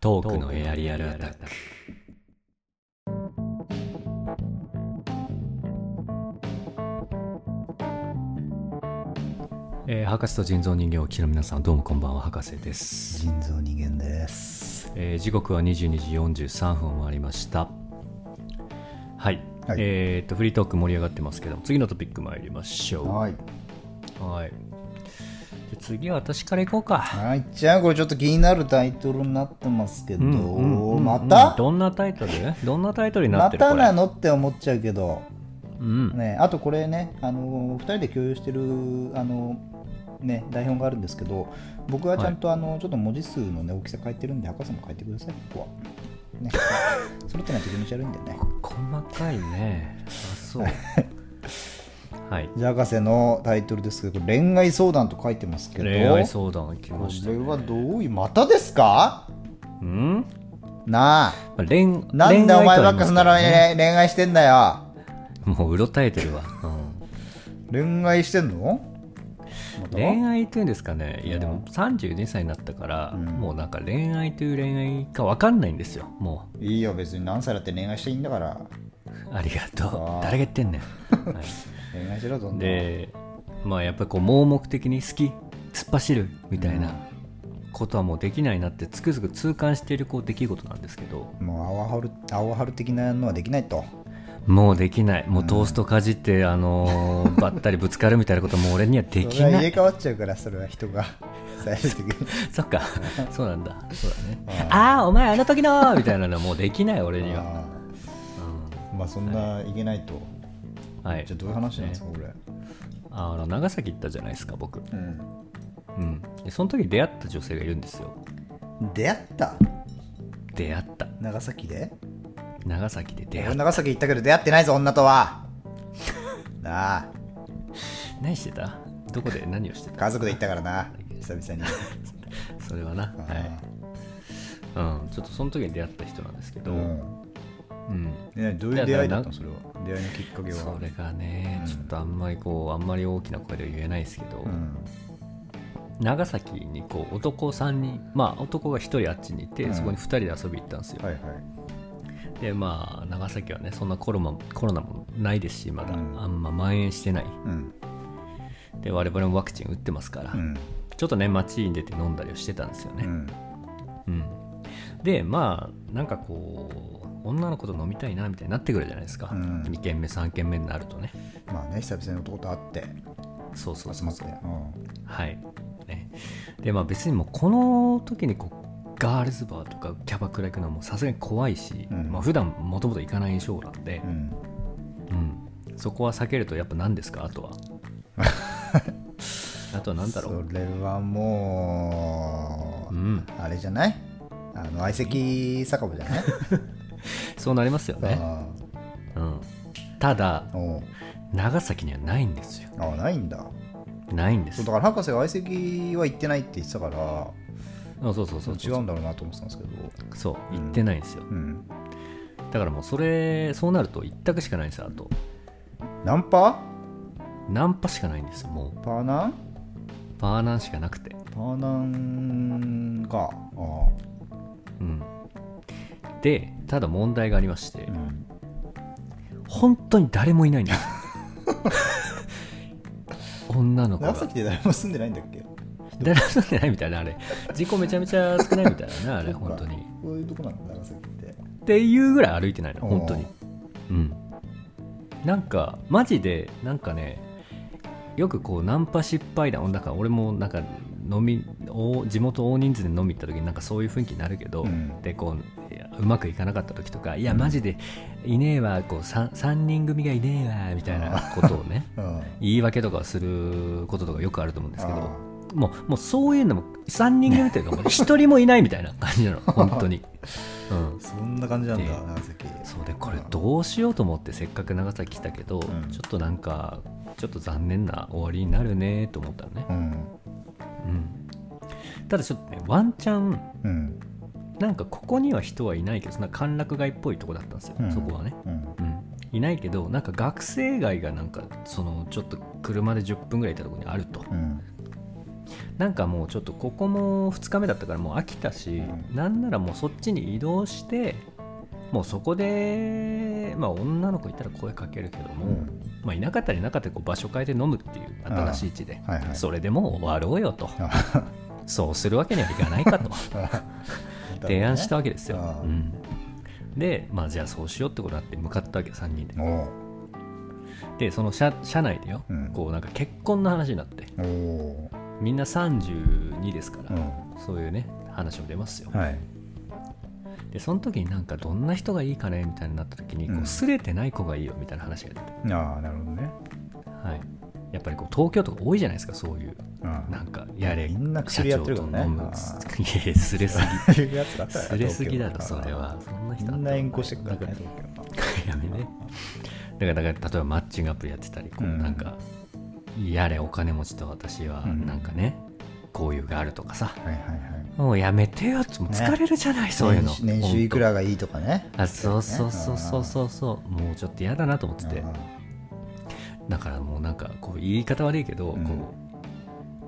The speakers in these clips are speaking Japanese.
トークのエアリアルアタックえー博士と人造人間をお聞きの皆さんどうもこんばんは博士です、人造人間です。えー時刻は22時43分を回りましたはい、はいえーっとフリートーク盛り上がってますけども次のトピック参りましょうはい。はい。で次は私から行こうか。はい。じゃあ、これちょっと気になるタイトルになってますけど、うんうんうんまたどんなタイトルどんなタイトルになっまてるこたれなのって思っちゃうけど、うん。ね、あとこれね、あの、二人で共有してる、あの、ね、台本があるんですけど、僕はちゃんと、あの、ちょっと文字数のね、大きさ変えてるんで、博士も変えてください、ここは。 ね。それってのは気持ち悪いんだよね。細かいね。あ、 そう。はい。じゃあ、博士のタイトルですけど、恋愛相談と書いてますけど、恋愛相談来まこした、れね。はどういう、またですかうんなあ。まあ恋なんでお前ばっかそんなのに恋愛とは言います恋愛してんだよ。けどねもううろたえてるわ。うん恋愛してんのまた恋愛っていうんですかねいやでも32歳になったから、うんもうなんか恋愛という恋愛か分かんないんですよもいいよ、別に何歳だって恋愛していいんだから。うありがとあーう誰が言ってんねん、 はい恋愛しろ、どんどん。でまあやっぱりこう盲目的に好き突っ走るみたいなことはもうできないなってつくづく痛感しているこう出来事なんですけどもう、青春、青春的なのはできないと。もうできないもうトーストかじって、あのーばったりぶつかるみたいなこともう俺にはできそれはな入いれ替わっちゃうから、それは人が。最終的に。 そっかそうなんだそうだねああーお前あの時のみたいなのはもうできない俺には、あーまあ、そんないけないと。うんはいじゃあ、どういう話なんですか、これ。あの長崎行ったじゃないですか僕うん。うんでその時出会った女性がいるんですよ出会った出会った長崎で長崎で出会俺っ長崎行ったけど出会ってないぞ、女 とは。なあ、た何してたどこで何をしてた家族で行ったからな、久々に。それはな、はいうん、ちょっとその時に出会った人なんですけうど、うんんね、どういう出会いだったのそれは出会いのきっかけはそれがね、うんちょっとあんまりこうあんまり大きな声では言えないですけど、うん長崎にこう男3人まあ男が1人あっちにいて、うんそこに2人で遊び行ったんですよ、はいはいでまあ長崎はねそんなコロナコロナもないですしまだ、うんあんま蔓延してないうんで我々もワクチン打ってますから、うんちょっとね街に出て飲んだりをしてたんですようね、んうん、でまあなんかこう女の子と飲みたいなみたいになってくるじゃないですか、うん2軒目3軒目になるとねまあね久々に男と会ってそうそう集そうまってうはい、ね、でまあ別にもうこの時にこうガールズバーとかキャバクラ行くのはもうさすがに怖いし、うんまあ普段もともと行かないショーなんでん、う、ん、うんそこは避けるとやっぱ何ですかあとは あとは何だろうそれはもう、うんあれじゃないあの相席酒場じゃないそうなりますよね、あうん、ただあおう長崎にはないんですよあないんだないんでそすうだから博士が相席は行ってないって言ってたからあそうそうそう違うんだろうなと思ってたんですけどそううん行ってないんですよ、うんだからもうそれそうなると一択しかないんですよあとナンパナンパしかないんですよもうパーナンパーナンしかなくてパーナンかあうんでただ問題がありまして、あうん本当に誰もい ないんですよ女の子が長崎で誰も住んでないんだっけ誰も住んでないみたいなあれ人口めちゃめちゃ少ないみたいなねあれそっか本当にっこういうとこなの長崎ってていうぐらい歩いてないの本当におうーんなんかマジでなんかねよくこうナンパ失敗談だから俺もなんか飲み大地元大人数で飲み行った時になんかそういう雰囲気になるけど、うんでこういやうまくいかなかった時とかいやマジでいねえわこう 3, 三人組がいねえわみたいなことをね うん言い訳とかをすることとかよくあると思うんですけどあもうもうそういうのも3人組というかもう 1人もいないみたいな感じなの本当に、うん、そんな感じなんでだ長崎そうでこれどうしようと思ってせっかく長崎来たけど、んちょっとなんかちょっと残念な終わりになるねと思ったのね、うんうん、ただちょっとねワンチャンうんなんかここには人はいないけどそんな歓楽街っぽいとこだったんですよ、うんそこはね、うんうん、いないけどなんか学生街がなんかそのちょっと車で10分ぐらい行ったところにあるとうんなんかもうちょっとここも2日目だったからもう飽きたし、うなんならもうそっちに移動してもうそこで、まあ、女の子いたら声かけるけども、うんまあ、いなかったらいなかったらこう場所変えて飲むっていう新しい地で、はいはいそれでもう終わろうよ とあそうするわけにはいかないかと 提案したわわけですよ、ああうんで、まあ、じゃあそうしようってことになって向かったわけ3人でおおでその車車内でよ、うんこうなんか結婚の話になっておおみんな32ですから、うんそういうね話も出ますよ、はいでその時になんかどんな人がいいかねみたいになった時にこううんすれてない子がいいよみたいな話が出て、ああなるほどねはい、やっぱりこう東京とか多いじゃないですかそういううんなんかやれみんな社薬や長ってるとか飲らねむあーいやいやすれす ぎそういうやつだったらすれすぎだろそ東京れはそんなみ人んな会ったことい援行してくからねだ東京はから やめねだからだから例えばマッチングアプリやってたりこううんなんか、やれお金持ちと私はうんなんかね、交友があるとかさはいはいはいもうやめてよってもう疲れるじゃない、そういうの年収年収いくらがいいとかねあそうそうそうそうそうそうもうちょっと嫌だなと思っててうんだからもうなんかこう言い方悪いけど、うんこう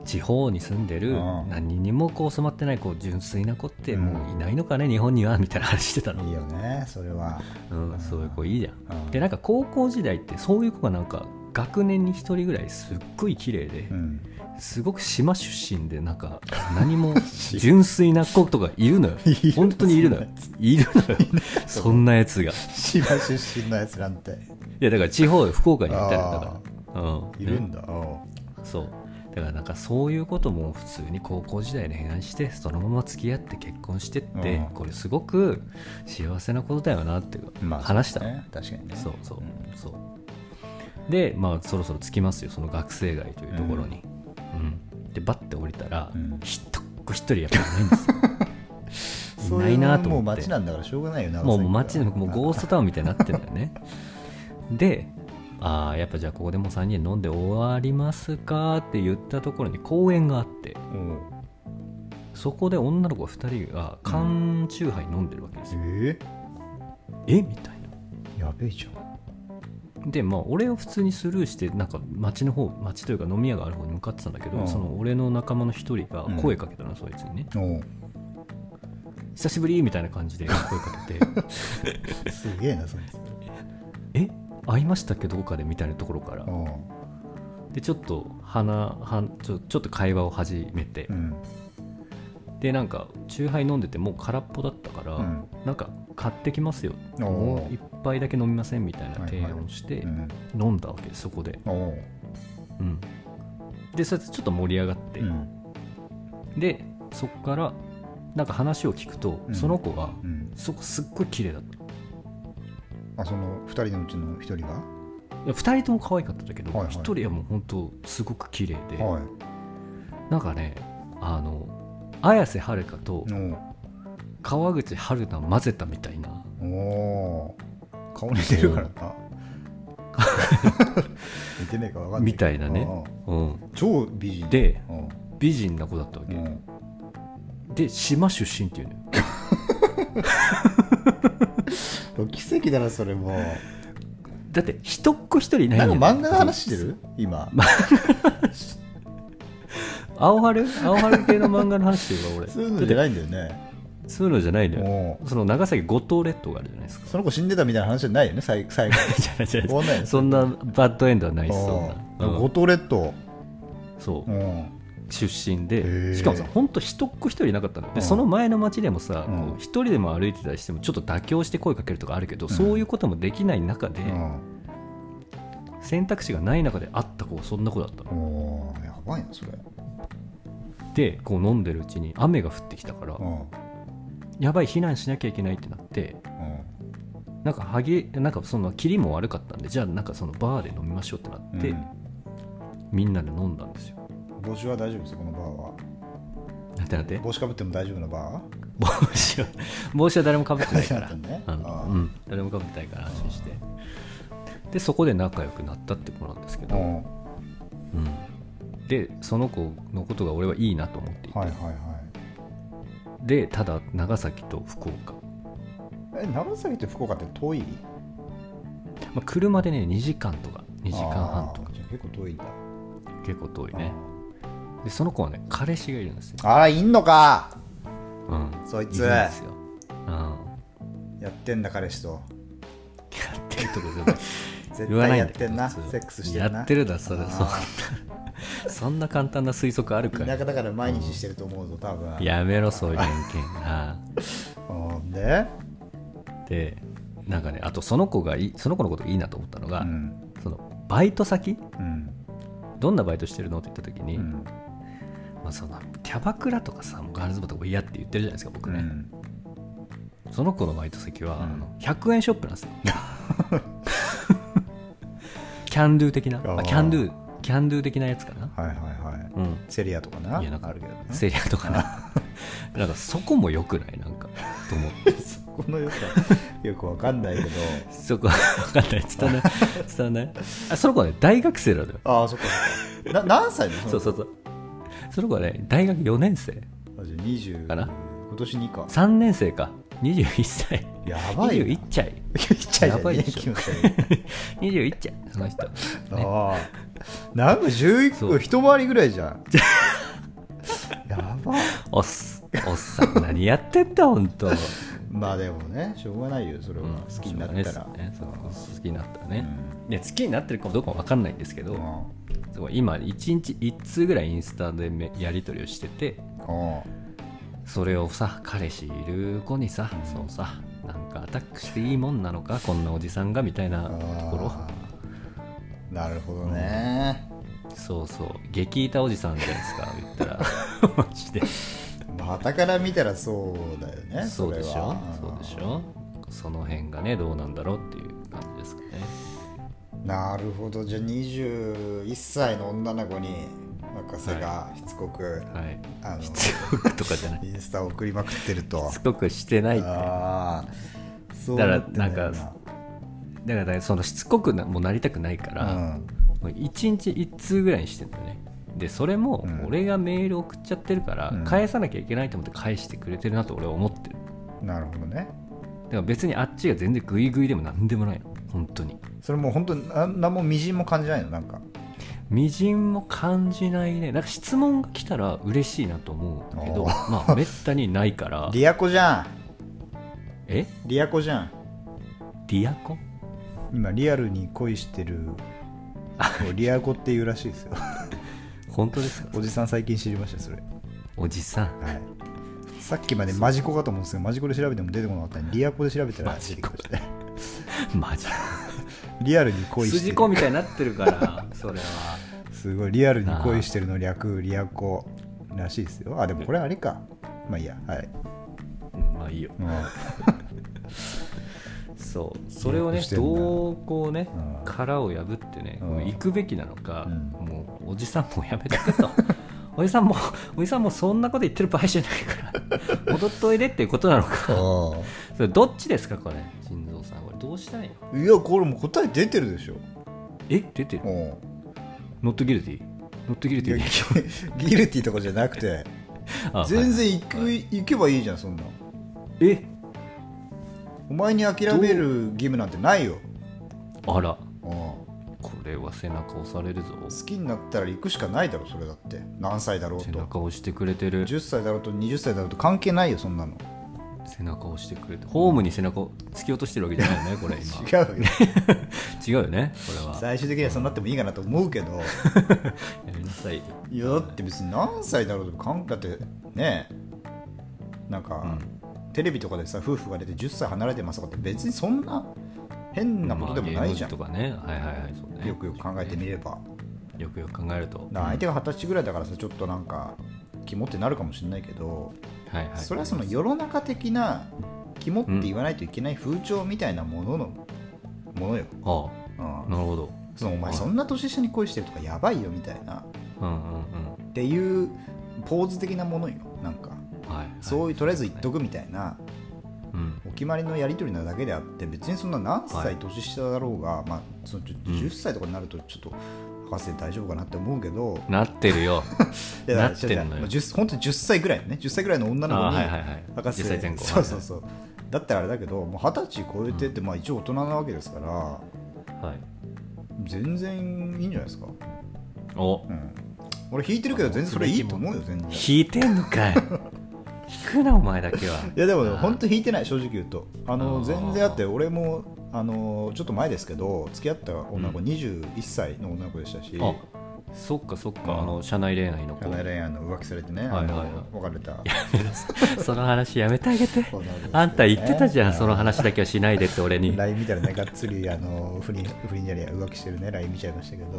地方に住んでるうん何にもこう染まってないこう純粋な子ってうんもういないのかね、日本にはみたいな話してたのいいよねそれはうん、そういう子いいじゃん。うんでなんか高校時代ってそういう子がなんか学年に1人ぐらいすっごい綺麗で、うんすごく島出身でなん か何も純粋な子とかいるのよいる本当にいるのよいるのよそんなやつがい千葉出身のやつなんてやだから地方で福岡に行ったらだから、うん、いるねんだおそうだからなんかそういうことも普通に高校時代恋愛してそのまま付き合って結婚してって、うんこれすごく幸せなことだよなっていううまあ話した、ね確かにねそうそう、んそうでまあそろそろ着きますよその学生街というところに、うんでバッて降りたら、うんひっとっこ一人やっぱいないん ですよいないなと思ってもう街なんだからしょうがないよなもうもう街のもうゴーストタウンみたいになってんだよねでああやっぱじゃあここでもう3人で飲んで終わりますかって言ったところに公園があってうんそこで女の子2人が缶チューハイ飲んでるわけですよ、ええみたいなーやべえじゃんでまあ俺を普通にスルーしてなんか街の方街というか飲み屋がある方に向かってたんだけど、うんその俺の仲間の一人が声かけたの、そいつにねお「久しぶり」みたいな感じで声かけて うすげえなそいつ「え会いましたっけどこかで」みたいなところからおうでちょっと鼻はちょちょっと会話を始めて、うんでなんかチューハイ飲んでてもう空っぽだったから、うんなんか買ってきますよおうもう一杯だけ飲みませんみたいな提案をして、うん飲んだわけですそこで、おううん、でそれでちょっと盛り上がって、うんでそこからなんか話を聞くと、うんその子がうんそこすっごい綺麗だったいあその二人のうちの一人がや2人とも可愛かったんだけど、はいはい1人はもう本当すごく綺麗で、はいなんかねあの綾瀬はるかと川口春奈を混ぜたみたいな、おおー顔似てるからな 似てねえかわかんないみたいなねおううん、超美人でおう美人な子だったわけ、うんで島出身っていうのよ奇跡だなそれもだって一っ子一人いないなんんかだよ漫画の話してる 今青春青春系の漫画の話してるわ俺 そういうのじゃないんだよねそういうのじゃないのよもうその長崎五島列島があるじゃないですかその子死んでたみたいな話じゃないよね最最後 じゃあじゃあ終わんないよねそんなバッドエンドはないしうそんんな、う五ん島列島そううん出身へでーしかもさ本当一っ子一人いなかったのよでうんその前の町でもさうんこう一人でも歩いてたりしてもちょっと妥協して声かけるとかあるけどんそういうこともできない中でうん選択肢がない中で会った子はそんな子だったのおーやばいなそれでこう飲んでるうちに雨が降ってきたからうんうんやばい避難しなきゃいけないってなってなんかはげなんかその霧も悪かったんでじゃあなんかそのバーで飲みましょうってなって、うんみんなで飲んだんですよ帽子は大丈夫ですかこのバーはなんてなんて帽子かぶっても大丈夫なバ帽子は帽子は誰もかぶってない から誰も被ってないあのうん誰もかぶってないから安心してでそこで仲良くなったって子なんですけーうど、んはうんでその子のことが俺はいいなと思っていいて、はいはいでただ長崎と福岡、え長崎と福岡って遠いまあ、車でね2時間とか2時間半とあかーじゃあ結構遠いんだ結構遠いねでその子はね彼氏がいるんですよ、あらいんのかうん、そいつるんですよ、うん、ややってんだ彼氏とってるとこ全部絶言わな対いやんっだけてどんな普通セックスしてるなやってるだそれあーそうそんな簡単な推測あるか 田舎よだから毎日してると思うぞ多分やめろそういう偏見あほんで、ーでなんかねあとその子がいいその子のこといいなと思ったのが、うんそのバイト先うんどんなバイトしてるのって言った時に、うんまあ、そのキャバクラとかさもうガールズバーとかも嫌って言ってるじゃないですか僕ね、その子のバイト先は、うんあの100円ショップなんですよ キャンドゥ的なーあキャンドゥキャンドゥ的なやつかなはいはいはうんいセリアとかないやなんかあるけどねセリアとか ななんかそこも良くないなんかと思ってこのよさ よくわかんないけどそこわかんない伝わん ない伝わんないあその子はね大学生なのよああそっかそっかな何歳のそうそうそうその子はね大学4年生あじゃあ20かな今年2か3年生か21歳やばいよ21歳いっちゃいじゃやばんいねでしょ 気持 ち悪い21歳その人ねああなんか11そ個う一回りぐらいじゃ んやばおっすおっさん何やってんだ本当まあでもねしょうがないよそれは好きになったらね、そう好きになったらうね、いんや好きになってるかどうかわかんないんですけど、あそう今1日1通ぐらいインスタでめやり取りをしててあそれをさ彼氏いる子にさ、そうさなんかアタックしていいもんなのかこんなおじさんがみたいなところあーなるほどね、そうそう激イタおじさんじゃないですか言った らマジでまあ傍から見たらそうだよねそうでしれょはそうでしょその辺がねどうなんだろうっていう感じですかねなるほどじゃあ21歳の女の子に若瀬がしつこく、 はいあのとかじゃないインスタを送りまくってるとしつこくしてないってああそうだからってだよなんかだからねそのしつこくなもうなりたくないから、うんもう1日1通ぐらいにしてんだよねでそれもうん俺がメール送っちゃってるから、うん返さなきゃいけないと思って返してくれてるなと俺は思ってるなるほどねだから別にあっちが全然グイグイでも何でもないの本当にそれもう本当にな何もみじんも感じないのなんかみじんも感じないねなんか質問が来たら嬉しいなと思うけどおーまあめったにないからリアコじゃんえリアコじゃんリアコ今リアルに恋して るこうリアコっていうらしいですよ本当ですかおじさん最近知りましたそれ、はおじさんい、さっきまでマジコかと思うんですけどマジコで調べても出てこなかったんでリアコで調べたらマ出ジてコきましたねマジリアルに恋して筋る子みたいになってるから それはすごいリアルに恋してるの略リアコらしいですよあでもこれあれかまあいいやはいうんまあいいようんそうそれをねしてんだどうこうねうん殻を破ってねうんもう行くべきなのか、うんもうおじさんもやめてくと おじさんもおじさんもそんなこと言ってる場合じゃないから 戻っといでっていうことなのかそれどっちですかこれ腎臓さんこれどうしたいのいやこれもう答え出てるでしょえ出てるうんノットギルティノットギルいテやィギギルティとかじゃなくてあ全はい然行く、行けばいいじゃんそんなえお前に諦める義務なんてないよ、あらうん、好これは背中押されるぞきになったら行くしかないだろそれだって何歳だろう背と中押してくれてる10歳だろうと20歳だろうと関係ないよそんなの違背中押してくれてホームに背中を突き落としてるわけじゃないよねこ れ今うよ違うよねこれは最終的にはそうなってもいいかなと思うけどやめなさいよいやだって別に何歳だろうと関係だってねなんか、テレビとかでさ夫婦が出て10歳離れてますとかって別にそんな変なことでもないじゃん、まあ芸能人とかねはいはいはいそうねよくよく考えてみれば、よくよく考えるとだから相手が二十歳ぐらいだからさちょっとなんか肝ってなるかもしれないけど、はいはいそれはその世の中的な肝って言わないといけない風潮みたいなものの、ものよ、あうんあなるほどそのお前はいそんな年下に恋してるとかやばいよみたいなうんうんうんっていうポーズ的なものよなんかはいはいそういうとりあえず言っとくみたいなうんお決まりのやり取りなだけであって別にそんな何は歳い年下だろうが、まあ、そのちょうん10歳とかになるとちょっと博士大丈夫かなって思うけど、なってる よいやだからなってんのよ違う違うまあ10本当に10歳ぐらいのね10歳ぐらいの女あの子あにはいはいはい博士10歳前後そうそうそうだったらあれだけどもう二十歳超えてって、まあ一応大人なわけですからはいはい全然いいんじゃないですか、おうん、俺弾いてるけど全然それいいと思うよ全然い引いてんのか い引くなお前だけはやでもねあー本当弾いてない正直言うとああのー全然あって俺もあのちょっと前ですけど付き合った女の子21歳の女の子でしたし、あそっかそっか、うんあの社内恋愛の子社内恋愛の浮気されてね、はいはいはいあの別れたその話やめてあげてそうなんですよねあんた言ってたじゃんその話だけはしないでって俺に LINE 見たらね、がっつりあの不倫不倫じゃねえや浮気してるね、LINE 見ちゃいましたけど、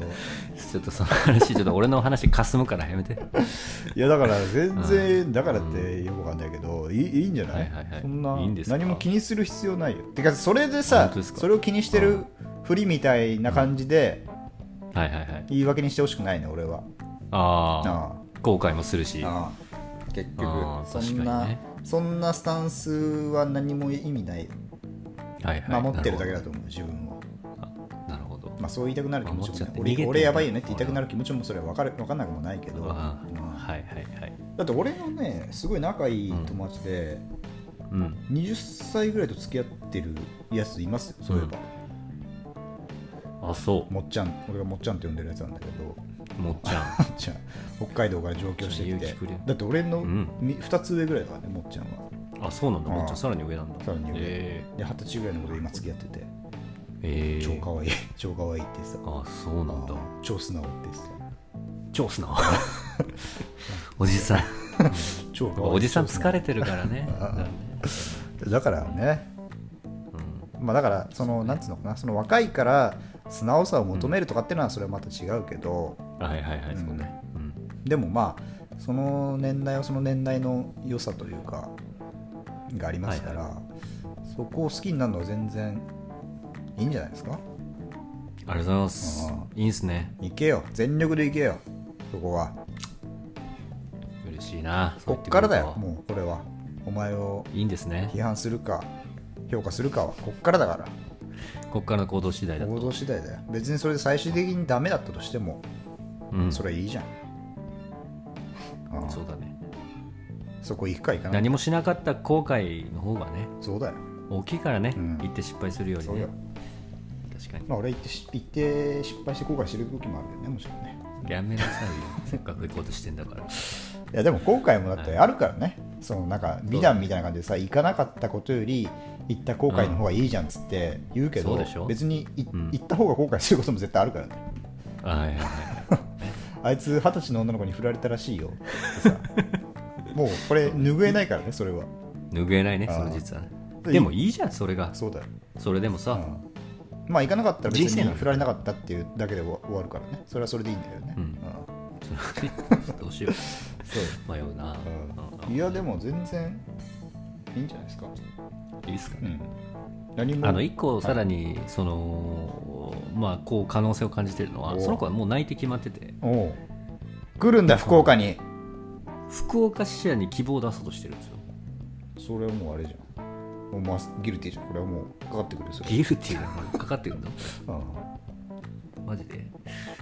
ちょっとその話ちょっと俺の話かすむからやめていやだから全然、だからってよくわかんないけど、いいいいんじゃない,、はいはいはいそんないいんですか何も気にする必要ないよ。てか、それで本さ当ですかそれを気にしてうるんふりみたいな感じで、はいはいはい言い訳にしてほしくないね、俺は。あああ後悔もするしあああ結局ああそん確かな、にねそんなスタンスは何も意味ない、はいはい守ってるだけだと思う、自分を。なるほどまあ、そう言いたくなる気持ち守っちゃもってね逃げてん俺だ俺やばいよねって言いたくなる気持ちもそれは分かる分かんなくもないけど、あーうんはいはいはいだって俺のねすごい仲いい友達で、うん20歳ぐらいと付き合ってるやついますよそういえば、あそもっちゃん俺がもっちゃんって呼んでるやつなんだけど うももっちゃんっちゃん北海道から上京してきじゃあて勇気くれだって俺のうん2つ上ぐらいだからねもっちゃんはあそうなんだもっちゃああんさらに上なんださらに上えで二十歳ぐらいの子で今付き合ってて、ーえー、超可愛い 超可愛いってさあそうなんだあー超素直ってさ超すな おじ さん超可愛いおじさん超素疲直れてるからね ああだからねうんまあ、だからそのなんつうのかなその若いから素直さを求めるとかっていうのはそれはまた違うけど、はいはいはいうんそうねうんでもまあその年代はその年代の良さというかがありますから、はそこを好きになるのは全然いいんじゃないですかありがとうございますああいいんすね行けよ全力で行けよそこは嬉しいなそうこ言ってくかれらるとだよもうこれはお前をいいんですね批判するか評価するかはこっからだかこっからの行動次第らだ行と動次第だよ別にそれで最終的にダメだったとしてもうんそれいいじゃん、ああそうだねそこ行くか行かない何もしなかった後悔の方がねそうだよ、大きいからね、うん行って失敗するよりそうねよ確かにまあ俺行ってし行って失敗して後悔してる時もあるけどねもちろんねやめなさいよ せっかく行こうとしてんだからいやでも後悔もだってあるからね、そのなんか美談みたいな感じでさ行かなかったことより行った後悔の方がいいじゃんっつって言うけど、そうでしょ別にいうん行った方が後悔することも絶対あるからねはいはいはいあいつ二十歳の女の子に振られたらしいよっ てさもうこれ拭えないからねそれは拭えないねあーその実はねででもいいじゃんそれがそうだよ、それでもうさ、んまあ行かなかったら別人生になんだ振られなかったっていうだけで終わ終わるからねそれはそれでいいんだよね、うんうんどうしよそうう迷うな、うんいやでも全然いいんじゃないですか、いいっすかうね、ん、何もあの1個さらにその、まあこう可能性を感じてるのはおその子はもう内定決まってておう来るんだ福岡に福岡支社に希望を出そうとしてるんですよそれはもうあれじゃんもうまあギルティじゃんこれはもうかかってくるよそれギルティーがもうかかってくるのうんマジで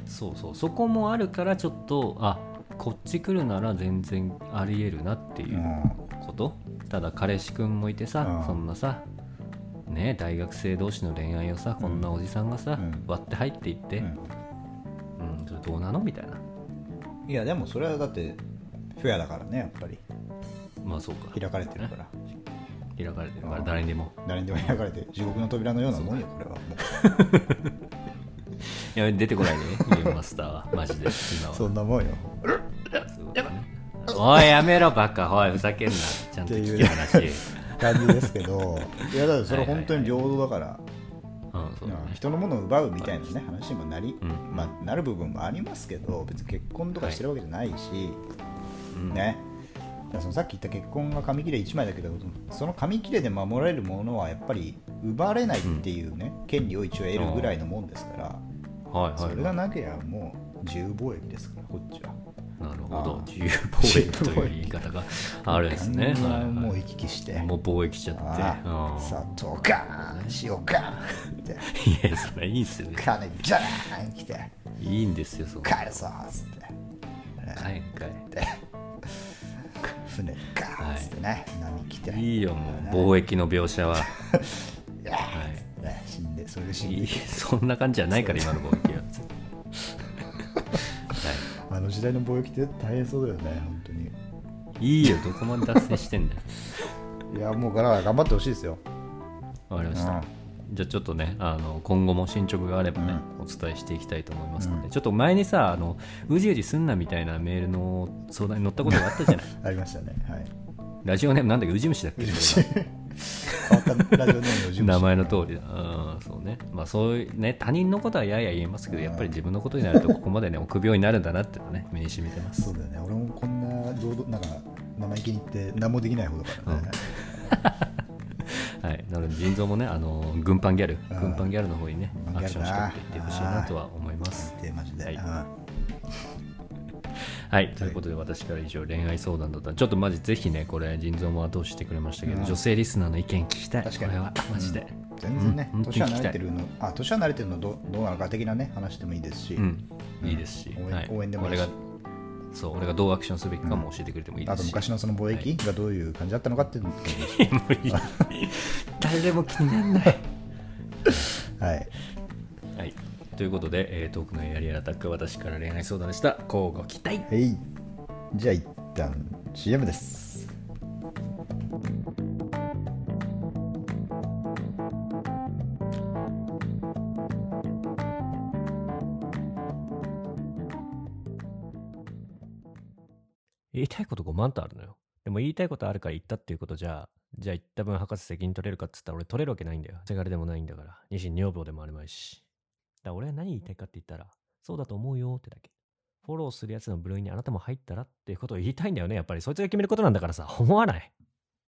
そうそうそこもあるからちょっとあこっち来るなら全然ありえるなっていううんこと、ただ彼氏くんもいてさ、うんそんなさね大学生同士の恋愛をさこんなおじさんがさ、うん割って入っていって、うんそれどうなのみたいなうんいやでもそれはだってフェアだからねやっぱりまあそうか開かれてるから開かれてるかうらん誰にでも誰にでも開かれて地獄の扉のようなもんよこれはもいや出てこない でねゲームマスターはマジで今うはそんなもんよそうだねおいやめろバカおいふざけんなちゃんと聞け話感じですけ どいやだってそれ本当に平等だから、うんそうだね人のものを奪うみたいな、ね、話にもなり、うんまあ、なる部分もありますけど別に結婚とかしてるわけじゃないし、うんねだからそのさっき言った結婚が紙切れ1枚だけどその紙切れで守られるものはやっぱり奪われないっていうね、権利を一応得るぐらいのもんですから、はいそはいれがなけゃもう自由貿易ですからこっちは。なるほあどあ自由貿易という言い方 があれですね完全はいはいにもう行き来して、もう貿易しちゃあってあうん砂糖ガーン塩ガーンっていやそれいいんすよ金ジャーン来ていいんですよその帰帰るぞっつって。んか船ガーッつってね、波来ていいいよもう貿易の描写はいやーっつってね死んでそれで死んいで いそんな感じじゃないから今の貿易ははいあの時代の貿易って大変そうだよね本当にいいよどこまで脱線してんだよいやもうから頑張ってほしいですよ、わかりました、うじゃあちょっとねあの今後も進捗があればね、お伝えしていきたいと思いますので、ちょっと前にさあのうじうじすんなみたいなメールの相談に乗ったことがあった じゃないん、ありましたね はいラジオネームなんだっけうじ虫だっけウジ虫変わったラジオネー ムのウジ虫名前の通りだ、うん、そうね、まあ、そういうね、他人のことはやや言えますけど、やっぱり自分のことになると、ここまでね、臆病になるんだなっていうのね、目に染みてます。そうだよね俺もこんな堂々なんか生意気に言って何もできないほどだからね、はい、なので、腎臓もね、あの軍パンギャル、うん軍パンギャルの方にね、軍パアンギクシャョルンしてなっていってほしいなとは思います。でマジで、はいうんはい、ということで、私から以上、恋愛相談だった。ちょっとマジ、ぜひね、これ、腎臓も後押ししてくれましたけど、うん女性リスナーの意見聞きたい、確かにこれは、マジで。全然ね、うん年は慣れてるのあ年は慣れてるのどうどうなのか的なね話でもいいですし、うん、うんいいですし、応援はい応援でもい俺いしがそう、俺がどうアクションすべきかも教えてくれてもいいであとすし。昔のその貿易がどういう感じだったのかっていうのもいいです しもういい 誰も気にならない。はいはい、ということで、えー、トークのエアリアルアタックは私から恋愛相談でした交互期待はいじゃあ一旦 CM です言いたいこと5万とあるのよでも言いたいことあるから言ったっていうことじゃじゃあ言った分博士責任取れるかっつったら俺取れるわけないんだよせがれでもないんだから二心女房でもあるまいしだから俺は何言いたいかって言ったらそうだと思うよってだけフォローするやつの部類にあなたも入ったらっていうことを言いたいんだよねやっぱりそいつが決めることなんだからさ思わない